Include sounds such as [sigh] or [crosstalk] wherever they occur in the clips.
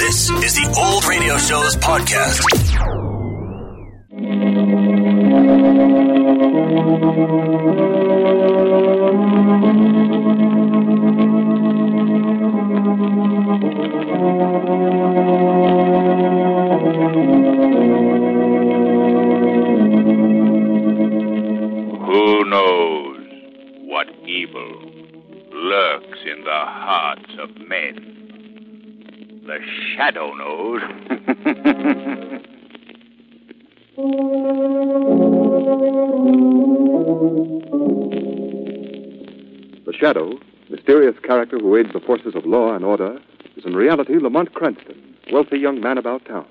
This is the Old Radio Show's podcast. Who knows what evil lurks in the hearts of men? The shadow knows. [laughs] The Shadow, mysterious character who aids the forces of law and order, is in reality Lamont Cranston, wealthy young man about town.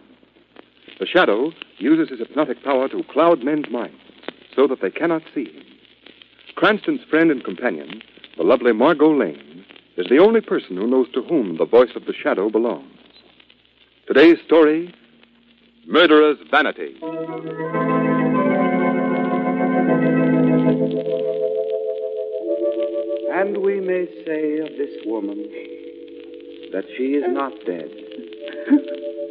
The Shadow uses his hypnotic power to cloud men's minds so that they cannot see him. Cranston's friend and companion, the lovely Margot Lane, is the only person who knows to whom the voice of the Shadow belongs. Today's story Murderer's Vanity. And we may say of this woman that she is not dead.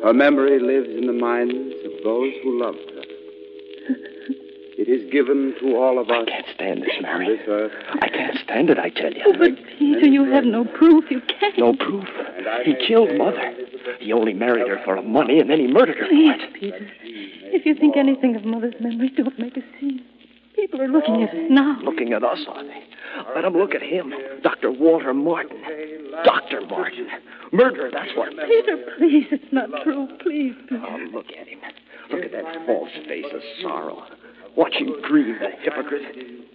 Her memory lives in the minds of those who loved her. It is given to all of us. Can't stand this, on Mary. This earth, I can't stand it, I tell you. Oh, but Peter, you have no proof. You can't. No proof. He killed Mother. He only married her for money and then he murdered her [laughs] Please, for it. Peter. If you think anything of Mother's memory, don't make a scene. People are looking at us now. Looking at us, are they? Let him look at him. Dr. Walter Martin. Dr. Martin. Murderer, that's what. Peter, please, it's not true. Please, Oh, Peter. look at him. Look at that false face of sorrow. Watch him grieve, the hypocrite.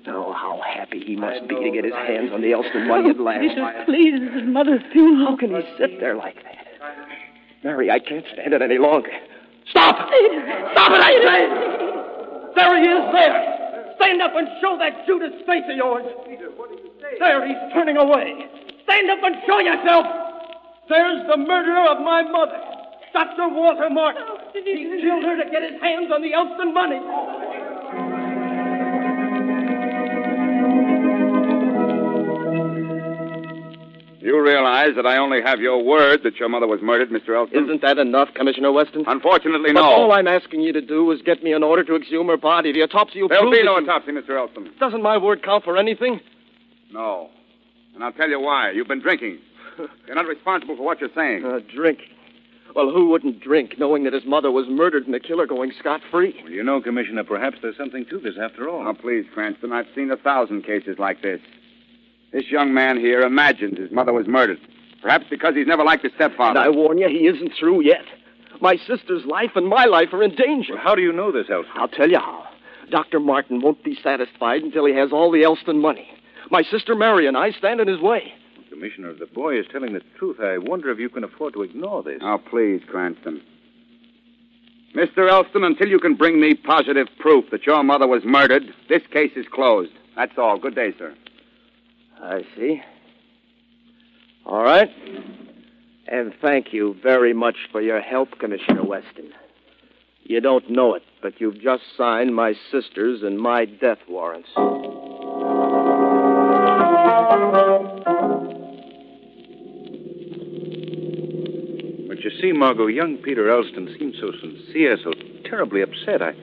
Oh, how happy he must be to get his hands on the Elston money at last. Peter, please, this is Mother's funeral. How can he sit there like that? Mary, I can't stand it any longer. Stop! Stop it, I say! There he is, there! Stand up and show that Judas face of yours! There, he's turning away. Stand up and show yourself! There's the murderer of my mother, Dr. Walter Martin. He killed her to get his hands on the Elston money. you realize that I only have your word that your mother was murdered, Mr. Elton? Isn't that enough, Commissioner Weston? Unfortunately, But all no. I'm asking you to do was get me an order to exhume her body. The autopsy will There'll prove be that no she- autopsy, Mr. Elton. Doesn't my word count for anything? No. And I'll tell you why. You've been drinking. You're not responsible for what you're saying. Uh, drink. Well, who wouldn't drink, knowing that his mother was murdered and the killer going scot-free? Well, you know, Commissioner, perhaps there's something to this after all. Now, please, Cranston, I've seen a thousand cases like this. This young man here imagines his mother was murdered, perhaps because he's never liked his And stepfather. I warn you, he isn't through yet. My sister's life and my life are in danger. Well, how do you know this, Elston? I'll tell you how. Dr. Martin won't be satisfied until he has all the Elston money. My sister Mary and I stand in his way. Commissioner, the boy is telling the truth. I wonder if you can afford to ignore this. Now, please, Cranston. Mr. Elston, until you can bring me positive proof that your mother was murdered, this case is closed. That's all. Good day, sir. I see. All right. And thank you very much for your help, Commissioner Weston. You don't know it, but you've just signed my sister's and my death warrants. But you see, Margot, young Peter Elston seemed so sincere, so terribly upset. I,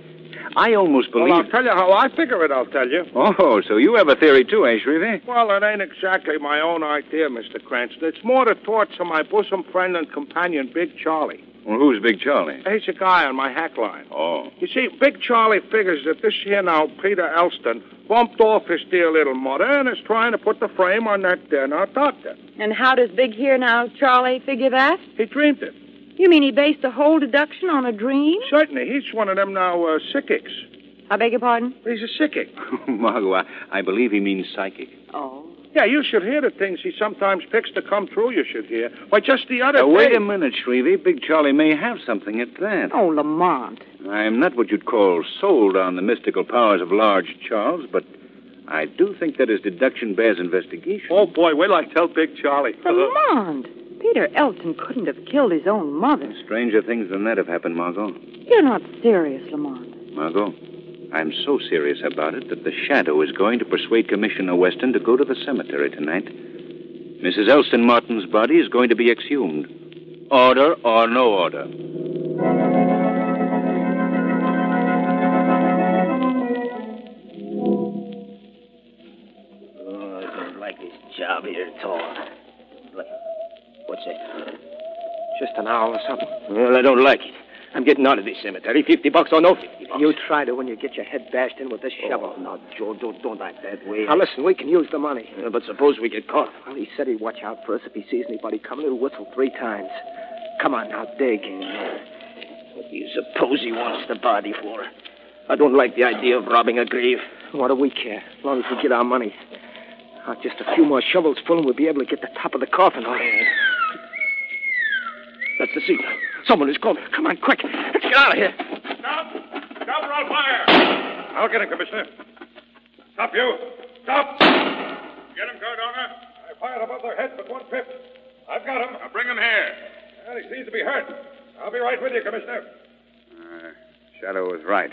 I almost believed. Well, I'll tell you how I figure it, I'll tell you. Oh, so you have a theory too, eh, Shrevey? Well, it ain't exactly my own idea, Mr. Cranston. It's more the thoughts of my bosom friend and companion, Big Charlie. Well, who's Big Charlie? He's a guy on my hack line. Oh. [laughs] You see, Big Charlie figures that this here now, Peter Elston, bumped off his dear little mother and is trying to put the frame on that there now doctor. And how does Big Here Now Charlie figure that? He dreamed it. You mean he based the whole deduction on a dream? Certainly, he's one of them now uh, psychics. I beg your pardon? He's a psychic. Margot, I, I believe he means psychic. Oh. Yeah, you should hear the things he sometimes picks to come true, you should hear. Why, just the other Now, day... wait a minute, Shrevey. Big Charlie may have something at that. Oh, Lamont. I'm not what you'd call sold on the mystical powers of large Charles, but I do think that his deduction bears investigation. Oh, boy, wait till I tell Big Charlie. Uh-huh. Lamont! Peter Elton couldn't have killed his own mother. Stranger things than that have happened, Margot. You're not serious, Lamont. Margot, I'm so serious about it that the shadow is going to persuade Commissioner Weston to go to the cemetery tonight. Mrs. Elston Martin's body is going to be exhumed. Order or no order. Oh, I don't like this job here at all. Like, what's that? Just an hour or something. Well, I don't like it. I'm getting out of this cemetery. Fifty bucks or no fifty bucks. You try to when you get your head bashed in with this shovel. Oh, now, Joe, don't, don't act that way. Now, listen, we can use the money. Uh, but suppose we get caught. Well, he said he'd watch out for us. If he sees anybody coming, he'll whistle three times. Come on now, dig. What do you suppose he wants the body for? I don't like the idea of robbing a grave. What do we care? As long as we get our money. Now, just a few more shovels full and we'll be able to get the top of the coffin on. That's the signal. Someone is calling. Come on, quick. Let's get out of here. Stop! Stop or I'll fire! I'll get him, Commissioner. Stop you! Stop! Get him, Cardona. I fired above their heads with one pip. I've got him. Now bring him here. Well, he seems to be hurt. I'll be right with you, Commissioner. Uh, Shadow was right.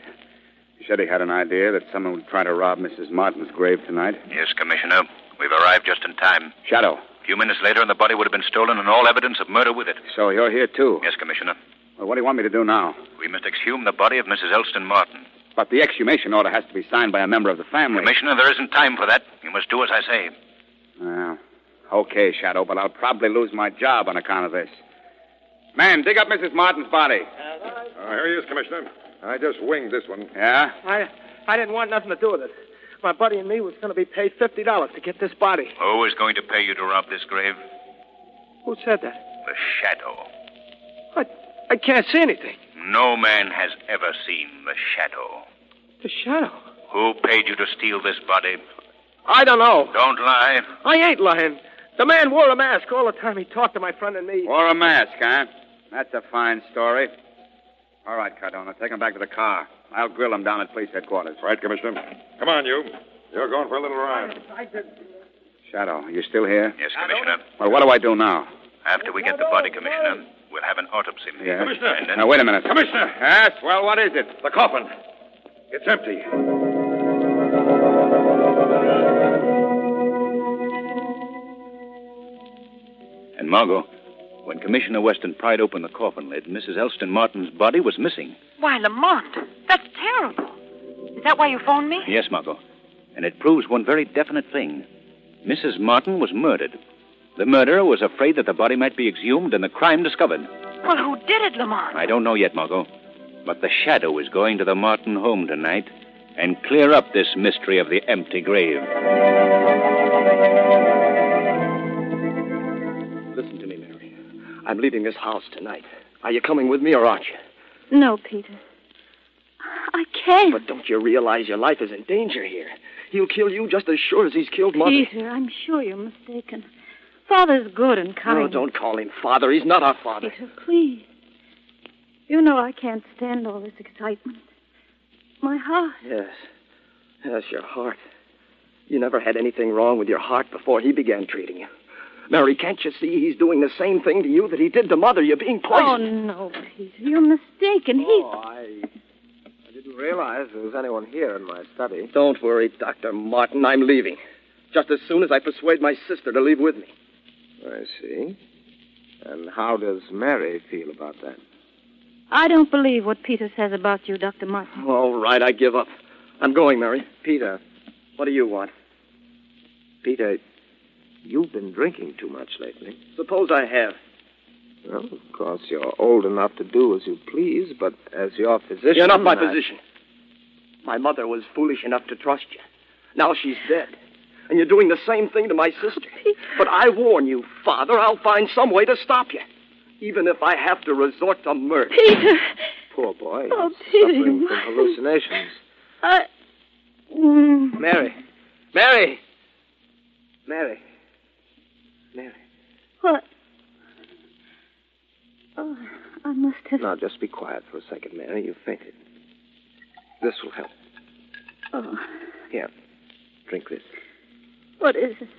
Machete had an idea that someone would try to rob Mrs. Martin's grave tonight. Yes, Commissioner. We've arrived just in time. Shadow. A few minutes later, and the body would have been stolen and all evidence of murder with it. So you're here, too? Yes, Commissioner. Well, what do you want me to do now? We must exhume the body of Mrs. Elston Martin. But the exhumation order has to be signed by a member of the family. Commissioner, there isn't time for that. You must do as I say. Well, okay, Shadow, but I'll probably lose my job on account of this. Man, dig up Mrs. Martin's body. Uh, here he is, Commissioner. I just winged this one. Yeah? I, I didn't want nothing to do with it. My buddy and me was going to be paid fifty dollars to get this body. Oh. Who is going to pay you to rob this grave? Who said that? The shadow. I, I can't see anything. No man has ever seen the shadow. The shadow. Who paid you to steal this body? I don't know. Don't lie. I ain't lying. The man wore a mask all the time he talked to my friend and me. Wore a mask, huh? That's a fine story. All right, Cardona, take him back to the car. I'll grill him down at police headquarters. Right, Commissioner. Come on, you. You're going for a little ride. Shadow, you still here? Yes, Commissioner. Well, what do I do now? After we get the body, Commissioner, we'll have an autopsy. Yeah. Commissioner! And then... Now, wait a minute. Commissioner! Yes, well, what is it? The coffin. It's empty. And Margot, when Commissioner Weston pried open the coffin lid, Mrs. Elston Martin's body was missing. Why, Lamont, that's terrible. Is that why you phoned me? Yes, Margot. And it proves one very definite thing. Mrs. Martin was murdered. The murderer was afraid that the body might be exhumed and the crime discovered. Well, who did it, Lamont? I don't know yet, Margot. But the shadow is going to the Martin home tonight and clear up this mystery of the empty grave. Listen to me, Mary. I'm leaving this house tonight. Are you coming with me or aren't you? No, Peter. I can't. But don't you realize your life is in danger here? He'll kill you just as sure as he's killed Mother. Peter, I'm sure you're mistaken. Father's good and kind. No, don't call him father. He's not our father. Peter, please. You know I can't stand all this excitement. My heart. Yes. Yes, your heart. You never had anything wrong with your heart before he began treating you. Mary, can't you see he's doing the same thing to you that he did to Mother? You're being poisoned. Oh, no, Peter. You're mistaken. He. Oh, I... I didn't realize there was anyone here in my study. Don't worry, Dr. Martin. I'm leaving. Just as soon as I persuade my sister to leave with me. I see. And how does Mary feel about that? I don't believe what Peter says about you, Dr. Martin. All right, I give up. I'm going, Mary. Peter. What do you want? Peter, you've been drinking too much lately. Suppose I have. Well, of course, you're old enough to do as you please, but as your physician. You're not my I... physician. My mother was foolish enough to trust you. Now she's dead. And you're doing the same thing to my sister. But I warn you, Father, I'll find some way to stop you. Even if I have to resort to murder. Peter. Poor boy. Oh, he's Peter, Suffering you from mustn't. hallucinations. I. Mm. Mary. Mary. Mary. Mary. What? Oh, I must have. Now, just be quiet for a second, Mary. You fainted. This will help. Oh, Here, drink this. what is it?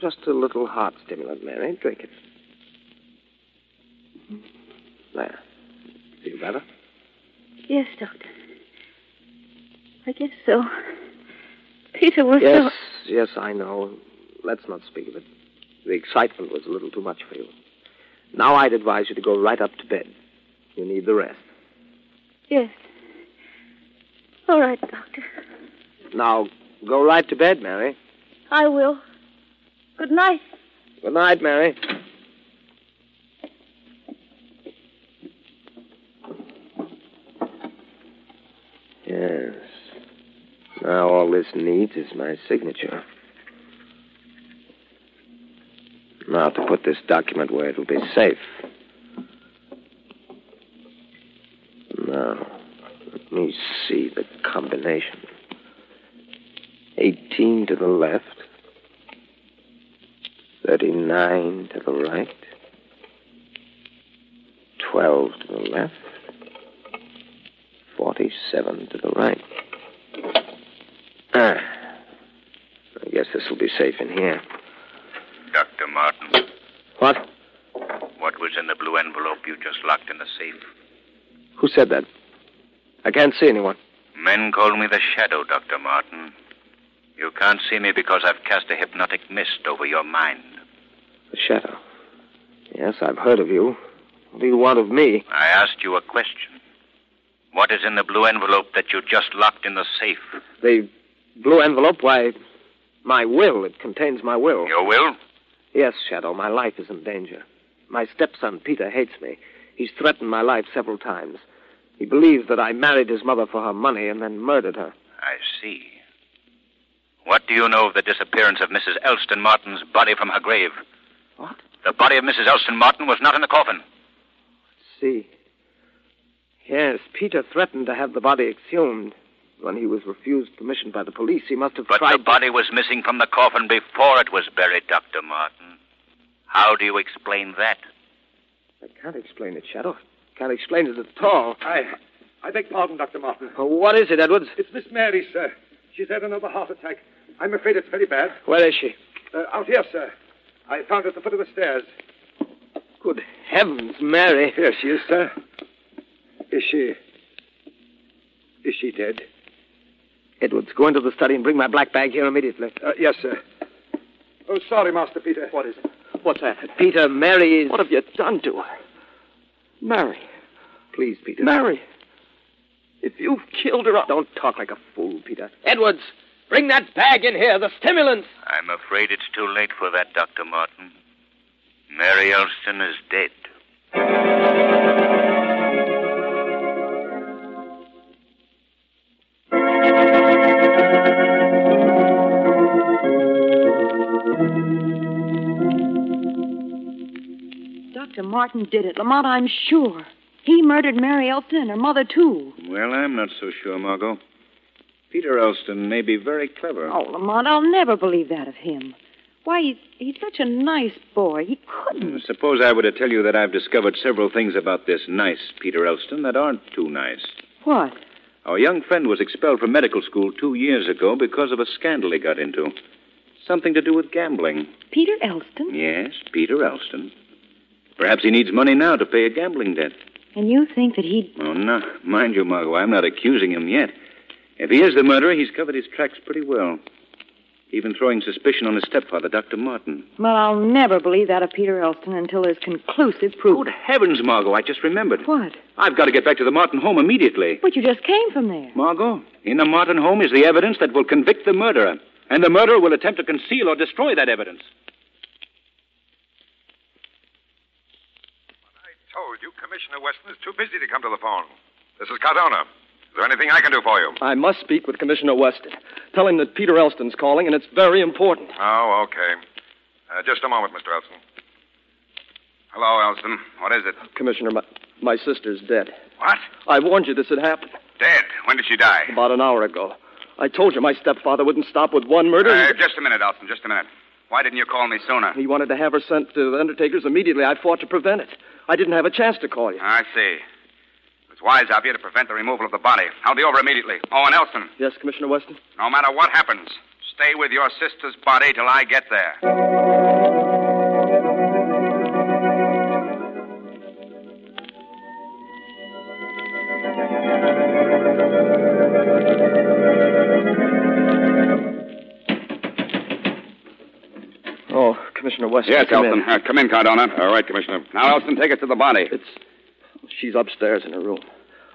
Just a little heart stimulant, Mary. Drink it. There. Feel better? Yes, Doctor. I guess so. Peter was [laughs] yes, yes, I know. Let's not speak of it. The excitement was a little too much for you. Now I'd advise you to go right up to bed. You need the rest. Yes. All right, Doctor. Now, go right to bed, Mary. I will. Good night. Good night, Mary. Yes. Now all this needs is my signature. Now to put this document where it'll be safe. Now, let me see the combination. 18 to the left, 39 to the right, 12 to the left, 47 to the right. Ah, I guess this will be safe in here. Dr. Martin, What? what was in the blue envelope you just locked in the safe? Who said that? I can't see anyone. Men call me the Shadow, Dr. Martin. You can't see me because I've cast a hypnotic mist over your mind. The shadow. Yes, I've heard of you. What do you want of me? I asked you a question. What is in the blue envelope that you just locked in the safe? The blue envelope, why, my will. It contains my will. Your will? Yes, Shadow, my life is in danger. My stepson, Peter, hates me. He's threatened my life several times. He believes that I married his mother for her money and then murdered her. I see. What do you know of the disappearance of Mrs. Elston Martin's body from her grave? What? The body of Mrs. Elston Martin was not in the coffin. See. Yes, Peter threatened to have the body exhumed. When he was refused permission by the police, he must have But tried. the body was missing from the coffin before it was buried, Dr. Martin. How do you explain that? I can't explain it, Shadow. Can't explain it at all. I, I beg pardon, Dr. Martin. Oh, What is it, Edwards? It's Miss Mary, sir. She's had another heart attack. I'm afraid it's very bad. Where is she? Uh, out here, sir. I found her at the foot of the stairs. Good heavens, Mary. Here she is, sir. Is she. Is she dead? Edwards, go into the study and bring my black bag here immediately. Uh, yes, sir. Oh, sorry, Master Peter. What is it? What's that? Peter, Mary is. What have you done to her? Mary. Please, Peter. Mary. If you've killed her. Don't talk like a fool, Peter. Edwards, bring that bag in here, the stimulants. I'm afraid it's too late for that, Dr. Martin. Mary Elston is dead. Dr. Martin did it. Lamont, I'm sure. He murdered Mary Elton and her mother, too. Well, I'm not so sure, Margot. Peter Elston may be very clever. Oh, Lamont, I'll never believe that of him. Why, he's, he's such a nice boy. He couldn't. Hmm, Suppose I were to tell you that I've discovered several things about this nice Peter Elston that aren't too nice. What? Our young friend was expelled from medical school two years ago because of a scandal he got into. Something to do with gambling. Peter Elston? Yes, Peter Elston. Perhaps he needs money now to pay a gambling debt. And you think that he'd. Oh, no. Mind you, Margot, I'm not accusing him yet. If he is the murderer, he's covered his tracks pretty well. Even throwing suspicion on his stepfather, Dr. Martin. Well, I'll never believe that of Peter Elston until there's conclusive proof. Heavens, Margot, I just remembered. What? I've got to get back to the Martin home immediately. But you just came from there. Margot, in the Martin home is the evidence that will convict the murderer, and the murderer will attempt to conceal or destroy that evidence. told you Commissioner Weston is too busy to come to the phone. This is Cardona. Is there anything I can do for you? Uh, I must speak with Commissioner Weston. Tell him that Peter Elston's calling, and it's very important. Oh, okay. Uh, just a moment, Mr. Elston. Hello, Elston. What is it? Commissioner, my, my sister's dead. What? I warned you this had happened Dead. When did she die? about an hour ago. I told you my stepfather wouldn't stop with one murder. Uh, just a minute, Elston. Just a minute. Why didn't you call me sooner? He wanted to have her sent to the undertakers immediately. I fought to prevent it. I didn't have a chance to call you. I see. It was wise of you to prevent the removal of the body. I'll be over immediately. Oh, and Elston, Yes, Commissioner Weston? no matter what happens, stay with your sister's body till I get there. Oh, Commissioner Commissioner Weston. Yes, come Elston. In. Uh, come in, Cardona. All right, Commissioner. Now, Elston, take us to the body. It's. She's upstairs in her room.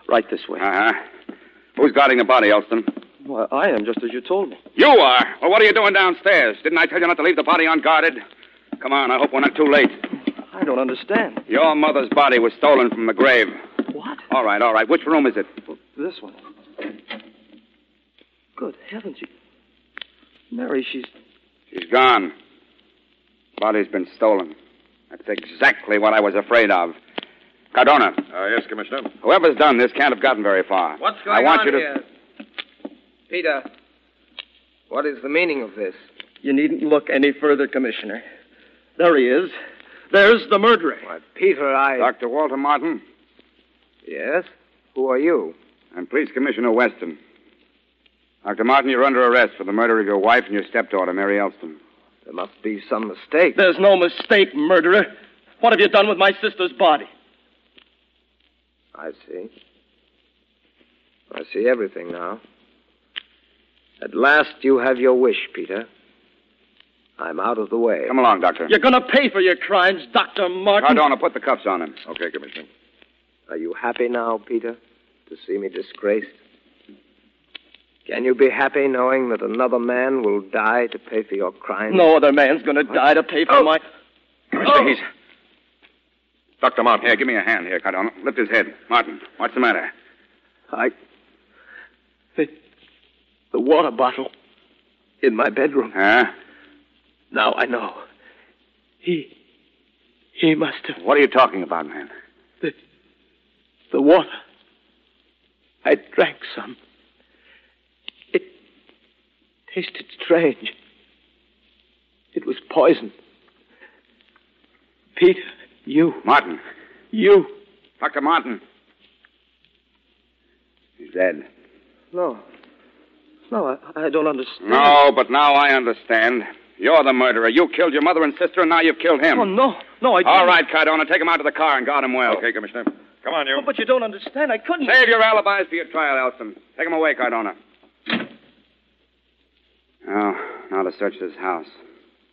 Right this way. Uh huh. Who's guarding the body, Elston? Well, I am, just as you told me. You are. Well, what are you doing downstairs? Didn't I tell you not to leave the body unguarded? Come on, I hope we're not too late. I don't understand. Your mother's body was stolen from the grave. What? All right, all right. Which room is it? This one. Good heavens, you. Mary, she's. She's gone. Body's been stolen. That's exactly what I was afraid of. Cardona, Uh, yes, Commissioner. whoever's done this can't have gotten very far. What's I going want on you to... here? Peter, what is the meaning of this? You needn't look any further, Commissioner. There he is. There's the murderer. Peter, I. Dr. Walter Martin? Yes? Who are you? I'm Police Commissioner Weston. Dr. Martin, you're under arrest for the murder of your wife and your stepdaughter, Mary Elston. There must be some mistake. There's no mistake, murderer. What have you done with my sister's body? I see. I see everything now. At last you have your wish, Peter. I'm out of the way. Come along, Doctor. You're going to pay for your crimes, Dr. Martin. Cardona, put the cuffs on him. Okay, Commissioner. Are you happy now, Peter, to see me disgraced? Can you be happy knowing that another man will die to pay for your crime? No other man's going to die to pay for Oh, my. Commissioner, he's. Dr. Martin. Here, give me a hand here, Cardona. Lift his head. Martin, what's the matter? I. The, the water bottle in my bedroom. Huh? Now I know. He. He must have. What are you talking about, man? The, the water. I drank some. It tasted strange. It was poison. Peter, you. Martin. You. Dr. Martin. He's dead. No. No, I, I don't understand. No, but now I understand. You're the murderer. You killed your mother and sister, and now you've killed him. Oh, no. No, I didn't. All right, Cardona, take him out to the car and guard him well. Okay, Commissioner. Come on, Oh, you. but you don't understand. I couldn't. Save your alibis for your trial, Elston. Take him away, Cardona. Oh, now to search this house.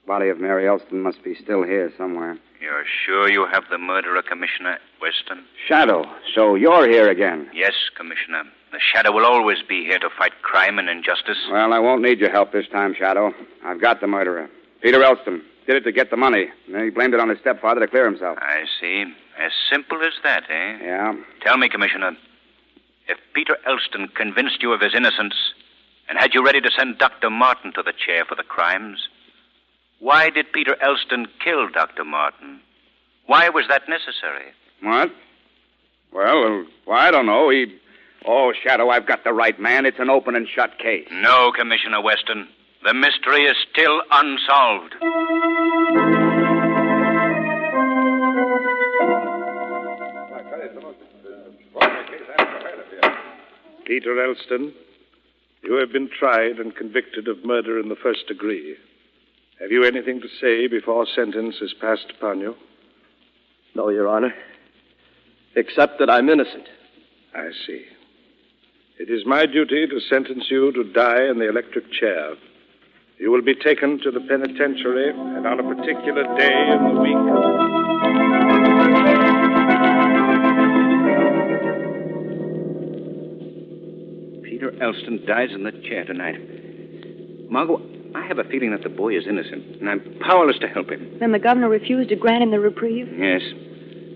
Body of Mary Elston must be still here somewhere. You're sure you have the murderer, Commissioner Weston? Shadow, so you're here again. Yes, Commissioner. The Shadow will always be here to fight crime and injustice. Well, I won't need your help this time, Shadow. I've got the murderer. Peter Elston did it to get the money, and then he blamed it on his stepfather to clear himself. I see. As simple as that, eh? Yeah. Tell me, Commissioner, if Peter Elston convinced you of his innocence and had you ready to send Dr. Martin to the chair for the crimes, why did Peter Elston kill Dr. Martin? Why was that necessary? What? Well, well, I don't know. He. Oh, Shadow, I've got the right man. It's an open and shut case. No, Commissioner Weston. The mystery is still unsolved. Peter Elston, you have been tried and convicted of murder in the first degree. Have you anything to say before sentence is passed upon you? No, Your Honor. Except that I'm innocent. I see. It is my duty to sentence you to die in the electric chair. You will be taken to the penitentiary, and on a particular day in the week. Peter Elston dies in that chair tonight. Margot, I have a feeling that the boy is innocent, and I'm powerless to help him. Then the governor refused to grant him the reprieve? Yes.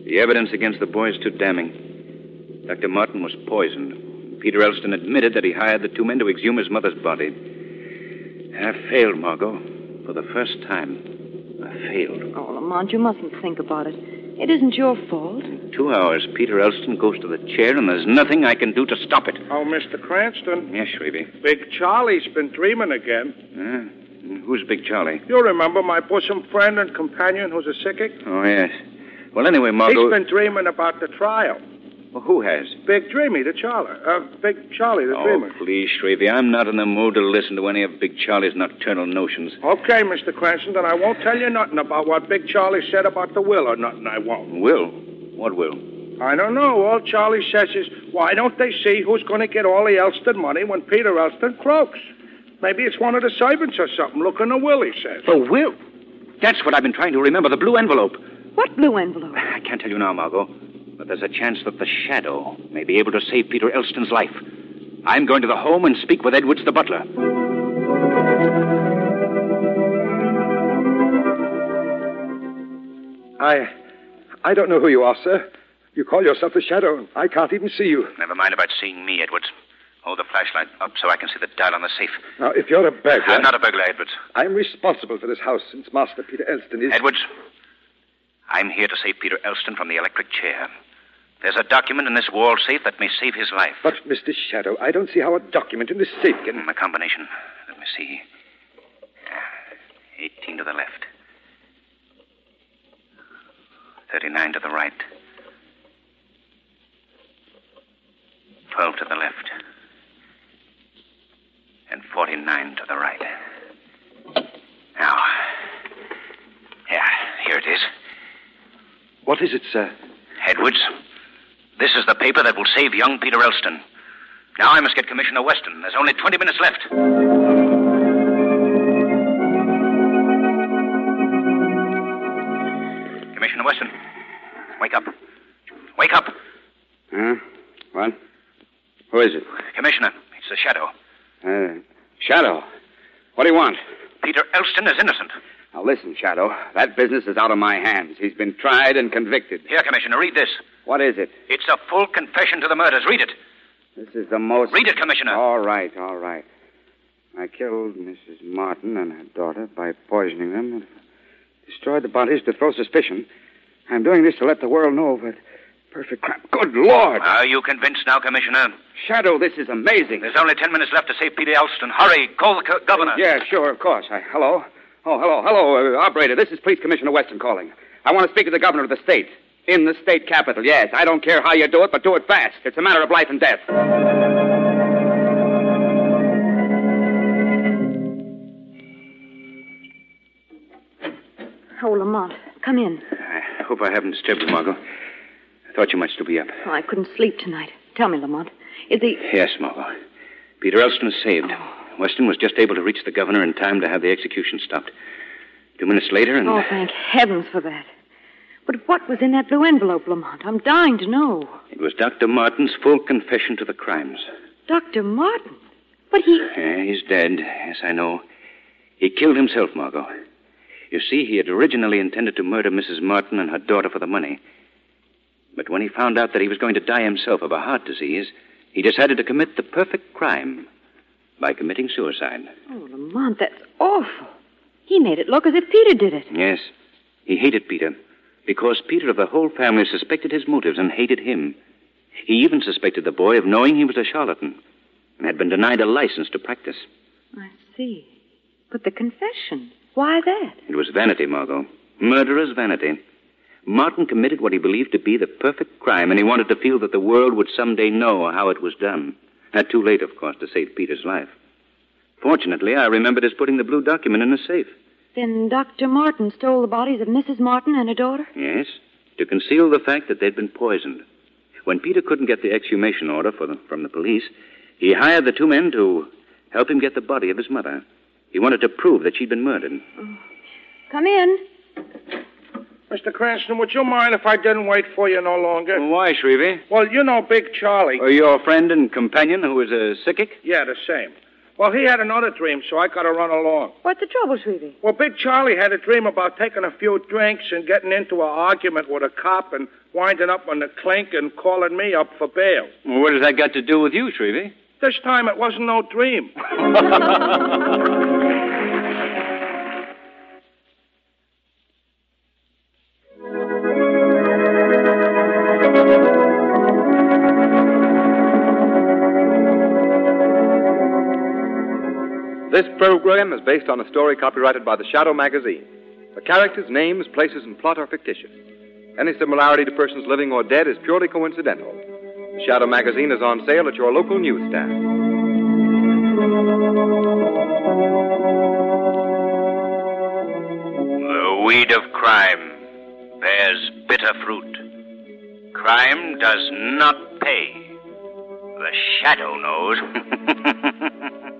The evidence against the boy is too damning. Dr. Martin was poisoned. Peter Elston admitted that he hired the two men to exhume his mother's body. I failed, Margot. For the first time, I failed. Oh, Lamont, you mustn't think about it. It isn't your fault. Two hours, Peter Elston goes to the chair, and there's nothing I can do to stop it. Oh, Mr. Cranston, Yes, Shrevey. Big Charlie's been dreaming again. Uh, who's Big Charlie? You remember my bosom friend and companion who's a psychic? Oh, yes. Well, anyway, He's Margot. been dreaming about the trial. Well, who has? Big Dreamy, the Charlie. Uh, Big Charlie, the Oh, Dreamer. please, Shrevey. I'm not in the mood to listen to any of Big Charlie's nocturnal notions. Okay, Mr. Cranston, then I won't tell you nothing about what Big Charlie said about the will or nothing. I won't. Will? What will? I don't know. All Charlie says is, why don't they see who's going to get all the Elston money when Peter Elston croaks? Maybe it's one of the servants or something. Look in the will, he says. The will? That's what I've been trying to remember the blue envelope. What blue envelope? I can't tell you now, Margot, but there's a chance that the shadow may be able to save Peter Elston's life. I'm going to the home and speak with Edwards, the butler. I. I don't know who you are, sir. You call yourself the Shadow, and I can't even see you. Never mind about seeing me, Edwards. Hold the flashlight up so I can see the dial on the safe. Now, if you're a burglar. I'm not a burglar, Edwards. I'm responsible for this house since Master Peter Elston is. Edwards, I'm here to save Peter Elston from the electric chair. There's a document in this wall safe that may save his life. But, Mr. Shadow, I don't see how a document in this safe can. Mm, a combination. Let me see. Ah, 18 to the left, 39 to the right, 12 to the left, and 49 to the right. Now, yeah, here it is. What is it, sir? Edwards, this is the paper that will save young Peter Elston. Now I must get Commissioner Weston. There's only 20 minutes left. Commissioner Weston, wake up. Wake up. Huh? What? Who is it? Commissioner, it's the shadow. Uh, Shadow. What do you want? Peter Elston is innocent. Now listen, Shadow. That business is out of my hands. He's been tried and convicted. Here, Commissioner, read this. What is it? It's a full confession to the murders. Read it. This is the most. Read it, Commissioner. All right, all right. I killed Mrs. Martin and her daughter by poisoning them and destroyed the bodies to throw suspicion. I'm doing this to let the world know of it. Perfect crime. Good Lord! Are you convinced now, Commissioner? Shadow, this is amazing. There's only ten minutes left to save Peter Elston. Hurry, call the co- governor. Yeah, sure, of course. I, hello? Oh, hello, hello, uh, operator. This is Police Commissioner Weston calling. I want to speak to the governor of the state. In the state capital, yes. I don't care how you do it, but do it fast. It's a matter of life and death. Oh, Lamont, come in. I hope I haven't disturbed you, Margot. I thought you might still be up. Oh, I couldn't sleep tonight. Tell me, Lamont, is the... Yes, Margot. Peter Elston is saved. Oh. Weston was just able to reach the governor in time to have the execution stopped. Two minutes later, and. Oh, thank heavens for that. But what was in that blue envelope, Lamont? I'm dying to know. It was Dr. Martin's full confession to the crimes. Dr. Martin? But he. Yeah, Uh, he's dead. Yes, I know. He killed himself, Margot. You see, he had originally intended to murder Mrs. Martin and her daughter for the money. But when he found out that he was going to die himself of a heart disease, he decided to commit the perfect crime by committing suicide. Oh, Lamont, that's awful. He made it look as if Peter did it. Yes. He hated Peter because Peter of the whole family suspected his motives and hated him. He even suspected the boy of knowing he was a charlatan and had been denied a license to practice. I see. But the confession, why that? It was vanity, Margot. Murderer's vanity. Martin committed what he believed to be the perfect crime, and he wanted to feel that the world would someday know how it was done. Uh, too late, of course, to save Peter's life. Fortunately, I remembered his putting the blue document in the safe. Then Dr. Martin stole the bodies of Mrs. Martin and her daughter? Yes, to conceal the fact that they'd been poisoned. When Peter couldn't get the exhumation order the, from the police, he hired the two men to help him get the body of his mother. He wanted to prove that she'd been murdered. Oh. Come in. Mr. Cranston, would you mind if I didn't wait for you no longer? Mm. Why, Shrevey? Well, you know Big Charlie. Uh, your friend and companion who is a psychic? Yeah, the same. Well, he had another dream, so I got to run along. What's the trouble, Shrevey? Well, Big Charlie had a dream about taking a few drinks and getting into an argument with a cop and winding up on the clink and calling me up for bail. Well, what has that got to do with you, Shrevey? This time it wasn't no dream. This program is based on a story copyrighted by the Shadow Magazine. The characters, names, places, and plot are fictitious. Any similarity to persons living or dead is purely coincidental. The Shadow Magazine is on sale at your local newsstand. The weed of crime bears bitter fruit. Crime does not pay. The Shadow knows. [laughs]